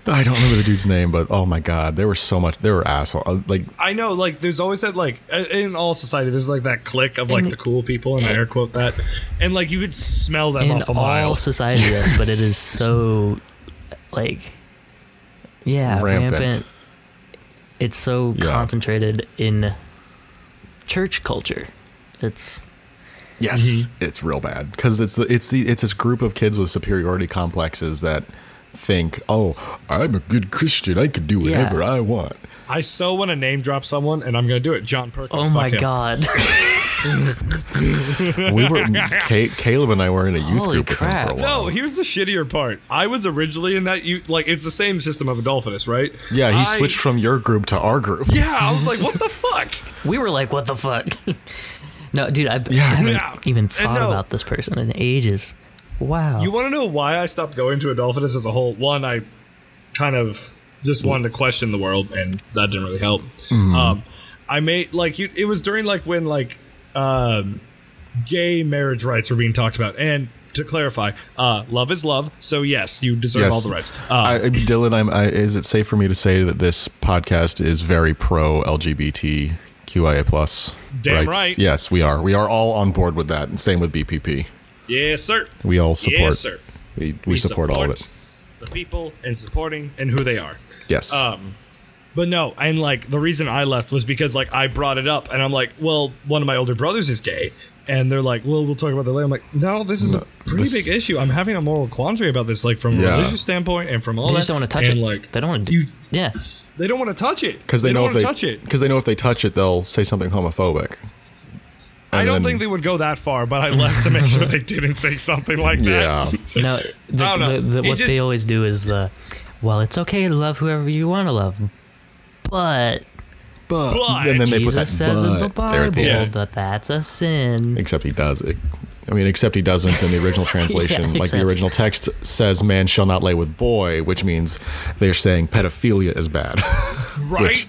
S4: I don't remember the dude's name, but oh my god, there were so much. There were asshole. uh, Like
S1: I know, like, there's always that, like, uh, in all society, there's like that clique of like the cool people, and I air quote that, and like you could smell them
S3: in
S1: off a mile.
S3: all society, yes, but it is so like yeah,
S4: Rampant.
S3: rampant. It's so
S4: Yeah.
S3: concentrated in church culture. It's
S4: Yes,
S3: Mm-hmm.
S4: it's real bad because it's the it's the it's this group of kids with superiority complexes that think, "Oh, I'm a good Christian. I can do
S3: Yeah.
S4: whatever I want."
S1: I so want to name drop someone, and I'm gonna do it. John Perkins.
S3: oh
S1: fuck
S3: my
S1: him.
S3: god.
S4: We were Ca Caleb and I were in a youth
S3: Holy
S4: group with him for a
S3: crap.
S4: while.
S1: No, here's the shittier part. I was originally in that you like it's the same system of Adolphus, right?
S4: yeah, he
S1: I-
S4: switched from your group to our group.
S1: Yeah, I was like, what the fuck?
S3: We were like, what the fuck? no, dude, I,
S4: Yeah.
S3: I haven't
S1: Yeah.
S3: even
S1: And
S3: thought
S1: no.
S3: about this person in ages. Wow.
S1: You want to know why I stopped going to Adolphus as a whole? One, I kind of just wanted to question the world, and that didn't really help.
S4: Mm-hmm.
S1: Um, I made like you, it was during like when like um, gay marriage rights were being talked about, and to clarify, uh, love is love, so yes, you deserve all the rights. Uh,
S4: I, Dylan, I'm, I, is it safe for me to say that this podcast is very pro LGBTQIA plus?
S1: Damn right.
S4: Yes, we are. We are all on board with that, and same with BPP.
S1: yes, sir.
S4: We all support.
S1: Yes, sir.
S4: We, we, support, all of it.
S1: The people and supporting and who they are.
S4: Yes.
S1: Um, but no, and like the reason I left was because like I brought it up, and I'm like, well, one of my older brothers is gay, and they're like, well, we'll talk about that later. I'm like, no, this is a pretty
S4: this-
S1: big issue. I'm having a moral quandary about this, like from
S4: Yeah.
S1: a religious standpoint and from all
S3: they
S1: that.
S3: just don't want to touch
S1: and,
S3: it.
S1: Like
S3: they don't want to.
S1: you-
S3: yeah.
S1: they don't want to touch it
S4: because they,
S1: don't
S4: know
S1: want to
S4: if
S1: touch
S4: they
S1: it.
S4: because they know if they touch it, they'll say something homophobic.
S1: I
S4: And
S1: don't
S4: then-
S1: think they would go that far, but I left to make sure they didn't say something like
S4: Yeah,
S1: that.
S3: No, the,
S1: I don't know.
S3: the, the,
S1: It
S3: what
S1: just-
S3: they always do is the, well, it's okay to love whoever you want to love, but
S4: but,
S1: But-
S4: and then they put that
S3: Jesus says in the
S4: "but"
S3: Bible
S4: there at the end.
S1: end.
S3: that that's a sin.
S4: Except he does. It, I mean, except he doesn't in the original translation. like
S3: except-
S4: the original text says, "Man shall not lay with boy," which means they're saying pedophilia is bad.
S1: Right.
S4: Which,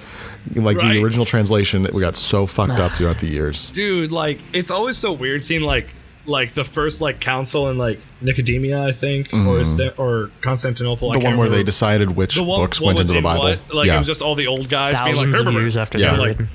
S4: like
S1: Right.
S4: the original translation, we got so fucked up throughout the years.
S1: dude like it's always so weird seeing like like the first like council in like Nicomedia, I think, or is there, or Constantinople. I
S4: Mm-hmm. The
S1: can't
S4: one where they
S1: remember.
S4: decided which
S1: the one,
S4: books
S1: what
S4: went
S1: was
S4: into the
S1: in
S4: Bible.
S1: What? Like it was just all the old guys being
S3: Thousands
S1: like,
S3: of
S1: "Herbert."
S3: years after
S4: Yeah.
S3: they were
S1: Like-
S3: written,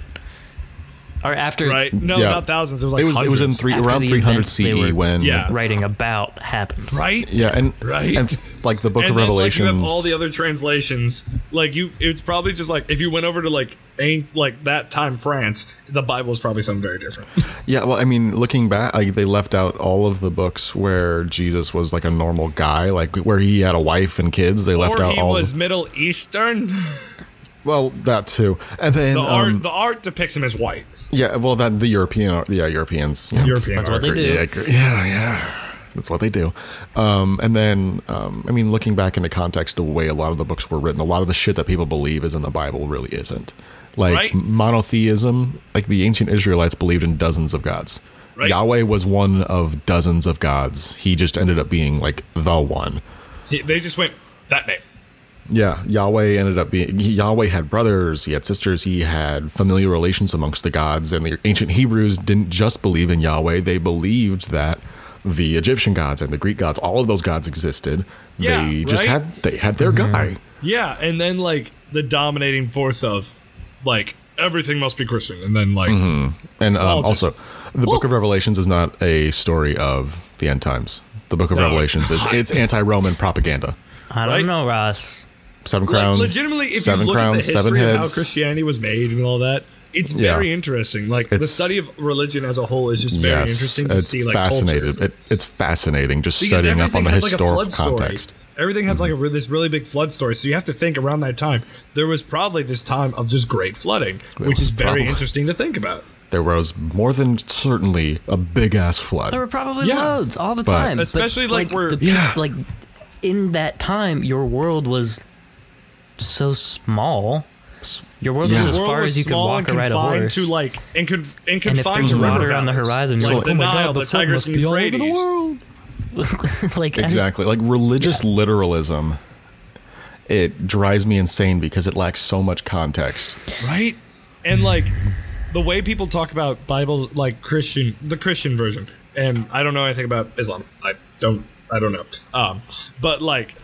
S3: or after
S1: right? No,
S4: Yeah.
S1: not thousands. It was like
S4: it was, it was in
S1: hundreds.
S4: three
S3: After
S4: around
S3: the
S4: 300
S3: events they
S4: CE
S3: were-
S4: when
S1: Yeah.
S3: writing about happened.
S1: right?
S4: yeah, and
S1: Right.
S4: and like the Book
S1: And
S4: of
S1: then, like, you
S4: Revelations.
S1: have all the other translations. Like you, it's probably just like if you went over to like ain't like that time France, the Bible is probably something very different.
S4: Yeah, well, I mean, looking back, like, they left out all of the books where Jesus was like a normal guy, like where he had a wife and kids. They left
S1: or
S4: out
S1: he
S4: all.
S1: was
S4: of,
S1: Middle Eastern.
S4: well, that too, and then
S1: The
S4: um,
S1: art, the art depicts him as white.
S4: yeah, well, that the European, yeah, Europeans, yeah,
S1: European
S3: That's what
S1: art.
S3: they do.
S4: yeah, gr- yeah, yeah. That's what they do. Um, and then, um, I mean, looking back into context, the way a lot of the books were written, a lot of the shit that people believe is in the Bible really isn't. Like
S1: Right.
S4: monotheism, like the ancient Israelites believed in dozens of gods.
S1: Right.
S4: Yahweh was one of dozens of gods. He just ended up being like the one.
S1: He- They just went that name.
S4: Yeah, Yahweh ended up being Yahweh had brothers, he had sisters, he had familial relations amongst the gods, and the ancient Hebrews didn't just believe in Yahweh; they believed that the Egyptian gods and the Greek gods, all of those gods existed.
S1: Yeah,
S4: they just
S1: right?
S4: had they had their guy.
S1: Yeah, and then like the dominating force of like everything must be Christian, and then like
S4: Mm-hmm. And
S1: all
S4: um,
S1: just-
S4: also, the Book of Revelations is not a story of the end times. The Book of
S1: No, it's
S4: Revelations is it's anti-Roman propaganda.
S3: I
S1: Right.
S3: don't know, Ross.
S4: Seven
S1: Like,
S4: crowns,
S1: legitimately, if
S4: seven
S1: you look
S4: crowns,
S1: at the
S4: seven
S1: history of how
S4: heads.
S1: Christianity was made and all that, it's
S4: Yeah.
S1: very interesting. Like the
S4: It's-
S1: study of religion as a whole is just very interesting to
S4: it's
S1: see, like
S4: fascinating.
S1: culture.
S4: It, it's fascinating just studying up on the historical context. Mm-hmm.
S1: story. Everything has like a, re- this really big flood story, so you have to think around that time. There was probably this time of just great flooding, which is very
S4: probably.
S1: interesting to think about.
S4: There was more than certainly a big ass flood.
S3: There were probably
S1: Yeah.
S3: loads all the
S4: But-
S3: time, but,
S1: Especially, like, we're-
S3: the, peop-
S4: Yeah.
S3: like in that time, your world was so small. Your world
S4: Yeah.
S3: was as
S1: The world
S3: far
S1: was
S3: as you could
S1: small
S3: walk
S1: and
S3: or ride a
S1: confined
S3: horse.
S1: to like and, con- and
S3: and if
S1: confined
S3: there's
S1: to river
S3: water on the
S1: valleys,
S3: horizon, you're
S1: like
S3: like,
S1: the
S3: oh my
S1: Nile,
S3: god,
S1: the
S3: the flood
S1: Tigris
S3: must
S1: and
S3: be all over the
S1: Euphrates.
S3: world. like I just-
S4: Exactly. like religious literalism, it drives me insane because it lacks so much context.
S1: right? And like the way people talk about Bible, like Christian, the Christian version, and I don't know anything about Islam. I don't, I don't know. Um, but like,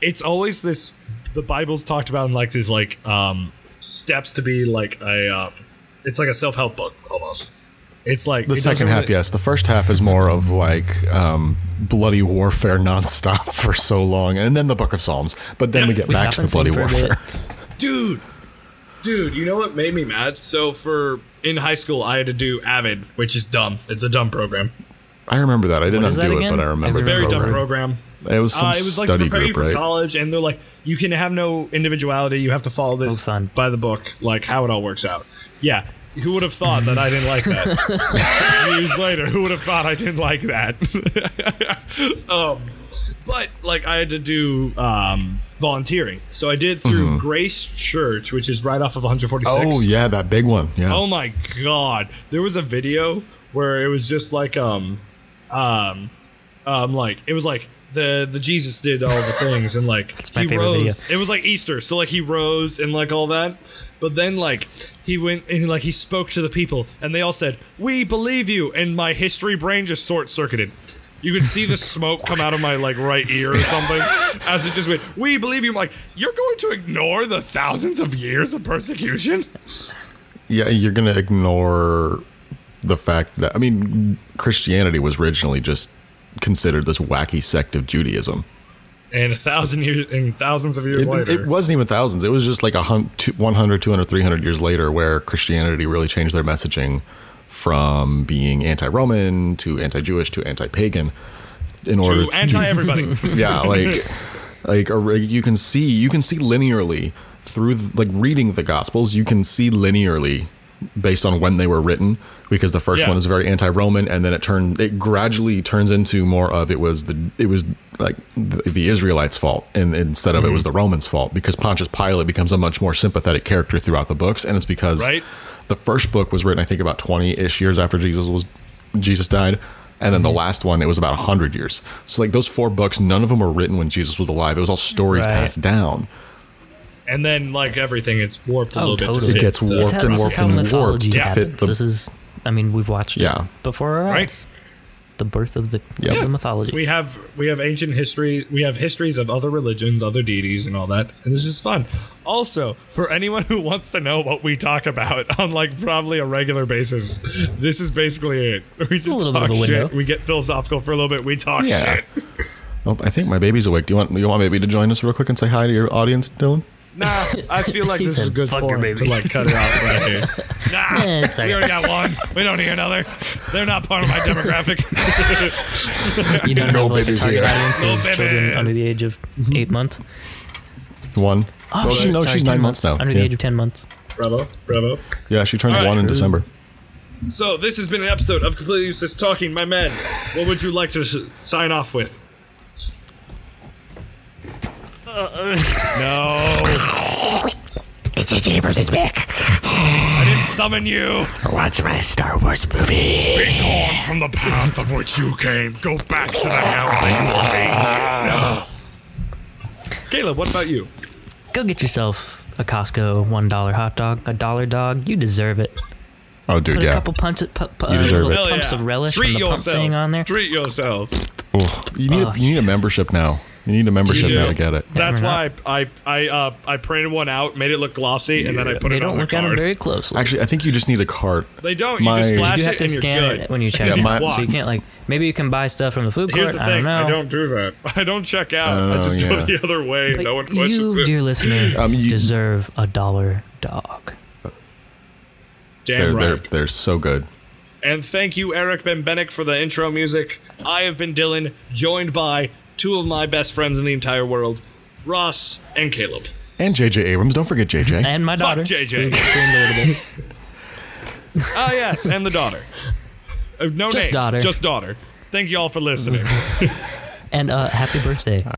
S1: it's always this. The Bible's talked about in like these like um, steps to be like a. Um, it's like a self help book almost. It's like
S4: The
S1: it doesn't
S4: second half,
S1: really-
S4: yes. The first half is more of like um, bloody warfare nonstop for so long, and then the Book of Psalms. But then we get
S3: we
S4: back to
S3: stop
S4: the
S3: and sing
S4: bloody
S3: for a bit.
S4: warfare.
S1: dude dude you know what made me mad so for in high school i had to do avid which is dumb it's a dumb program
S4: I remember that. I didn't
S3: What
S4: have
S3: is
S4: to do
S3: that
S4: it,
S3: again?
S4: but I
S3: I
S4: remember. the
S1: very dumb
S4: program.
S1: program
S4: It was some
S1: uh, it was like to
S4: study
S1: prepare
S4: group,
S1: you for
S4: right?
S1: college and they're like you can have no individuality you have to follow this
S3: Oh, fun.
S1: by the book like how it all works out yeah who would have thought that I didn't like that? Years later, who would have thought I didn't like that? um, but like I had to do um, volunteering, so I did through Grace Church, which is right off of 146.
S4: Mm-hmm. Oh yeah, that big one. Yeah.
S1: Oh my god. There was a video where it was just like um um um like it was like the the Jesus did all the things and like
S3: my
S1: he
S3: favorite
S1: rose. It was like Easter, so like he rose and like all that. But then like he went and like he spoke to the people and they all said, "We believe you." And my history brain just short circuited. You could see the smoke come out of my like right ear or something as it just went, "We believe you." I'm like, "You're going to ignore the thousands of years of persecution?"
S4: Yeah, you're gonna ignore the fact that I mean Christianity was originally just considered this wacky sect of Judaism.
S1: and a thousand years and thousands of years
S4: It,
S1: later
S4: it wasn't even thousands. It was just like a hun- two- 100, 200, 300 years later where Christianity really changed their messaging from being anti-Roman to anti-Jewish to anti-pagan in order
S1: to anti everybody.
S4: yeah like like a, re- you can see you can see linearly through th- like reading the gospels you can see linearly based on when they were written because the first
S1: Yeah.
S4: one is very anti-roman and then it turned it gradually turns into more of it was the it was like the, the israelites fault and instead of it was the romans fault because pontius pilate becomes a much more sympathetic character throughout the books and it's because
S1: Right.
S4: the first book was written i think about 20-ish years after jesus was jesus died and then the
S3: Mm-hmm.
S4: last one it was about 100 years so like those four books none of them were written when jesus was alive it was all stories
S3: Right.
S4: passed down
S1: and then like everything, it's warped a
S3: Oh,
S1: little bit.
S3: totally.
S4: it
S1: To fit
S4: gets
S1: the-
S4: warped
S3: This
S4: and
S3: is
S4: warped
S3: how
S4: and warped
S3: mythology
S4: to
S3: happens.
S4: fit the
S3: this is, I mean, we've watched it
S4: Yeah.
S3: before our
S1: Right.
S3: eyes. The birth of the,
S4: Yeah.
S3: of the mythology.
S1: We have we have ancient history. We have histories of other religions, other deities, and all that. And this is fun. Also, for anyone who wants to know what we talk about on like probably a regular basis, this is basically it. We just
S3: little bit
S1: talk
S3: of a
S1: shit.
S3: window.
S1: We get philosophical for a little bit. We talk
S4: Yeah.
S1: shit.
S4: oh i think my baby's awake do you want you want baby to join us real quick and say hi to your audience dylan
S1: Nah, I feel like
S3: He
S1: this is a
S3: said,
S1: good
S3: "Fuck your
S1: point to
S3: baby."
S1: like cut it off right here. Nah,
S3: Eh, it's all
S1: we
S3: right.
S1: already got one. We don't need another. They're not part of my demographic.
S3: you don't
S4: No
S3: have like a
S4: babies
S3: target
S4: here.
S3: audience
S1: No
S3: of children
S1: babies.
S3: under the age of eight months.
S4: one
S3: Oh,
S4: Well,
S3: shit,
S4: no
S3: sorry,
S4: she's
S3: 10
S4: nine months, now
S3: Under
S4: yeah.
S3: the age of ten months.
S1: Bravo, bravo.
S4: yeah she turns
S1: All right.
S4: one in december
S1: So this has been an episode of Completely Useless Talking, my men. What would you like to s sign off with? Uh, no,
S2: JJ Abrams is back.
S1: I didn't summon you.
S2: Watch my Star Wars movie.
S1: Torn from the path of which you came, go back to the hell that you came. No. Caleb, what about you?
S3: Go get yourself a Costco one dollar hot dog, a dollar dog. You deserve it.
S4: oh dude
S3: Put a
S4: yeah
S3: couple punch, pu- pu- uh,
S4: You deserve
S3: little
S4: it.
S1: Hell
S3: pumps
S1: yeah.
S3: of relish
S1: Treat
S3: from the
S1: yourself.
S3: pump thing on there.
S1: Treat yourself.
S4: Oh, you need
S3: Oh,
S4: a, you need a membership now you need a membership
S1: do.
S4: now to get it
S1: That's
S3: Never
S1: why I I I, uh, I printed one out, made it look glossy, and then I put
S3: They
S1: it on
S3: don't
S1: the
S3: look at them
S1: card.
S3: very closely.
S4: actually i think you just need a cart
S1: they don't. You
S4: My-
S1: just
S4: You do
S1: flash
S3: you do have
S1: it
S3: to
S1: and you're
S3: scan
S1: good.
S3: it when you check
S4: Yeah,
S3: out.
S4: my-
S3: so you can't like maybe you can buy stuff from the food court.
S1: Here's the
S3: I don't
S1: thing:
S3: know.
S1: I don't do that. I don't check out. I
S4: Oh,
S1: just go
S4: yeah.
S1: the other way. and
S3: But
S1: no one questions
S3: you,
S1: it.
S3: dear listener,
S4: Um, you-
S3: deserve a dollar dog.
S1: Damn
S4: they're
S1: right.
S4: they're they're so good
S1: And thank you, Eric Benbenek, for the intro music. I have been Dylan, joined by two of my best friends in the entire world, Ross and Caleb.
S4: and jj abrams don't forget jj
S3: And my
S1: Fuck
S3: daughter.
S1: JJ. Ah, yes, and the daughter. Uh, no
S3: Just
S1: names,
S3: daughter.
S1: just daughter. Thank you all for listening.
S3: And uh, happy birthday.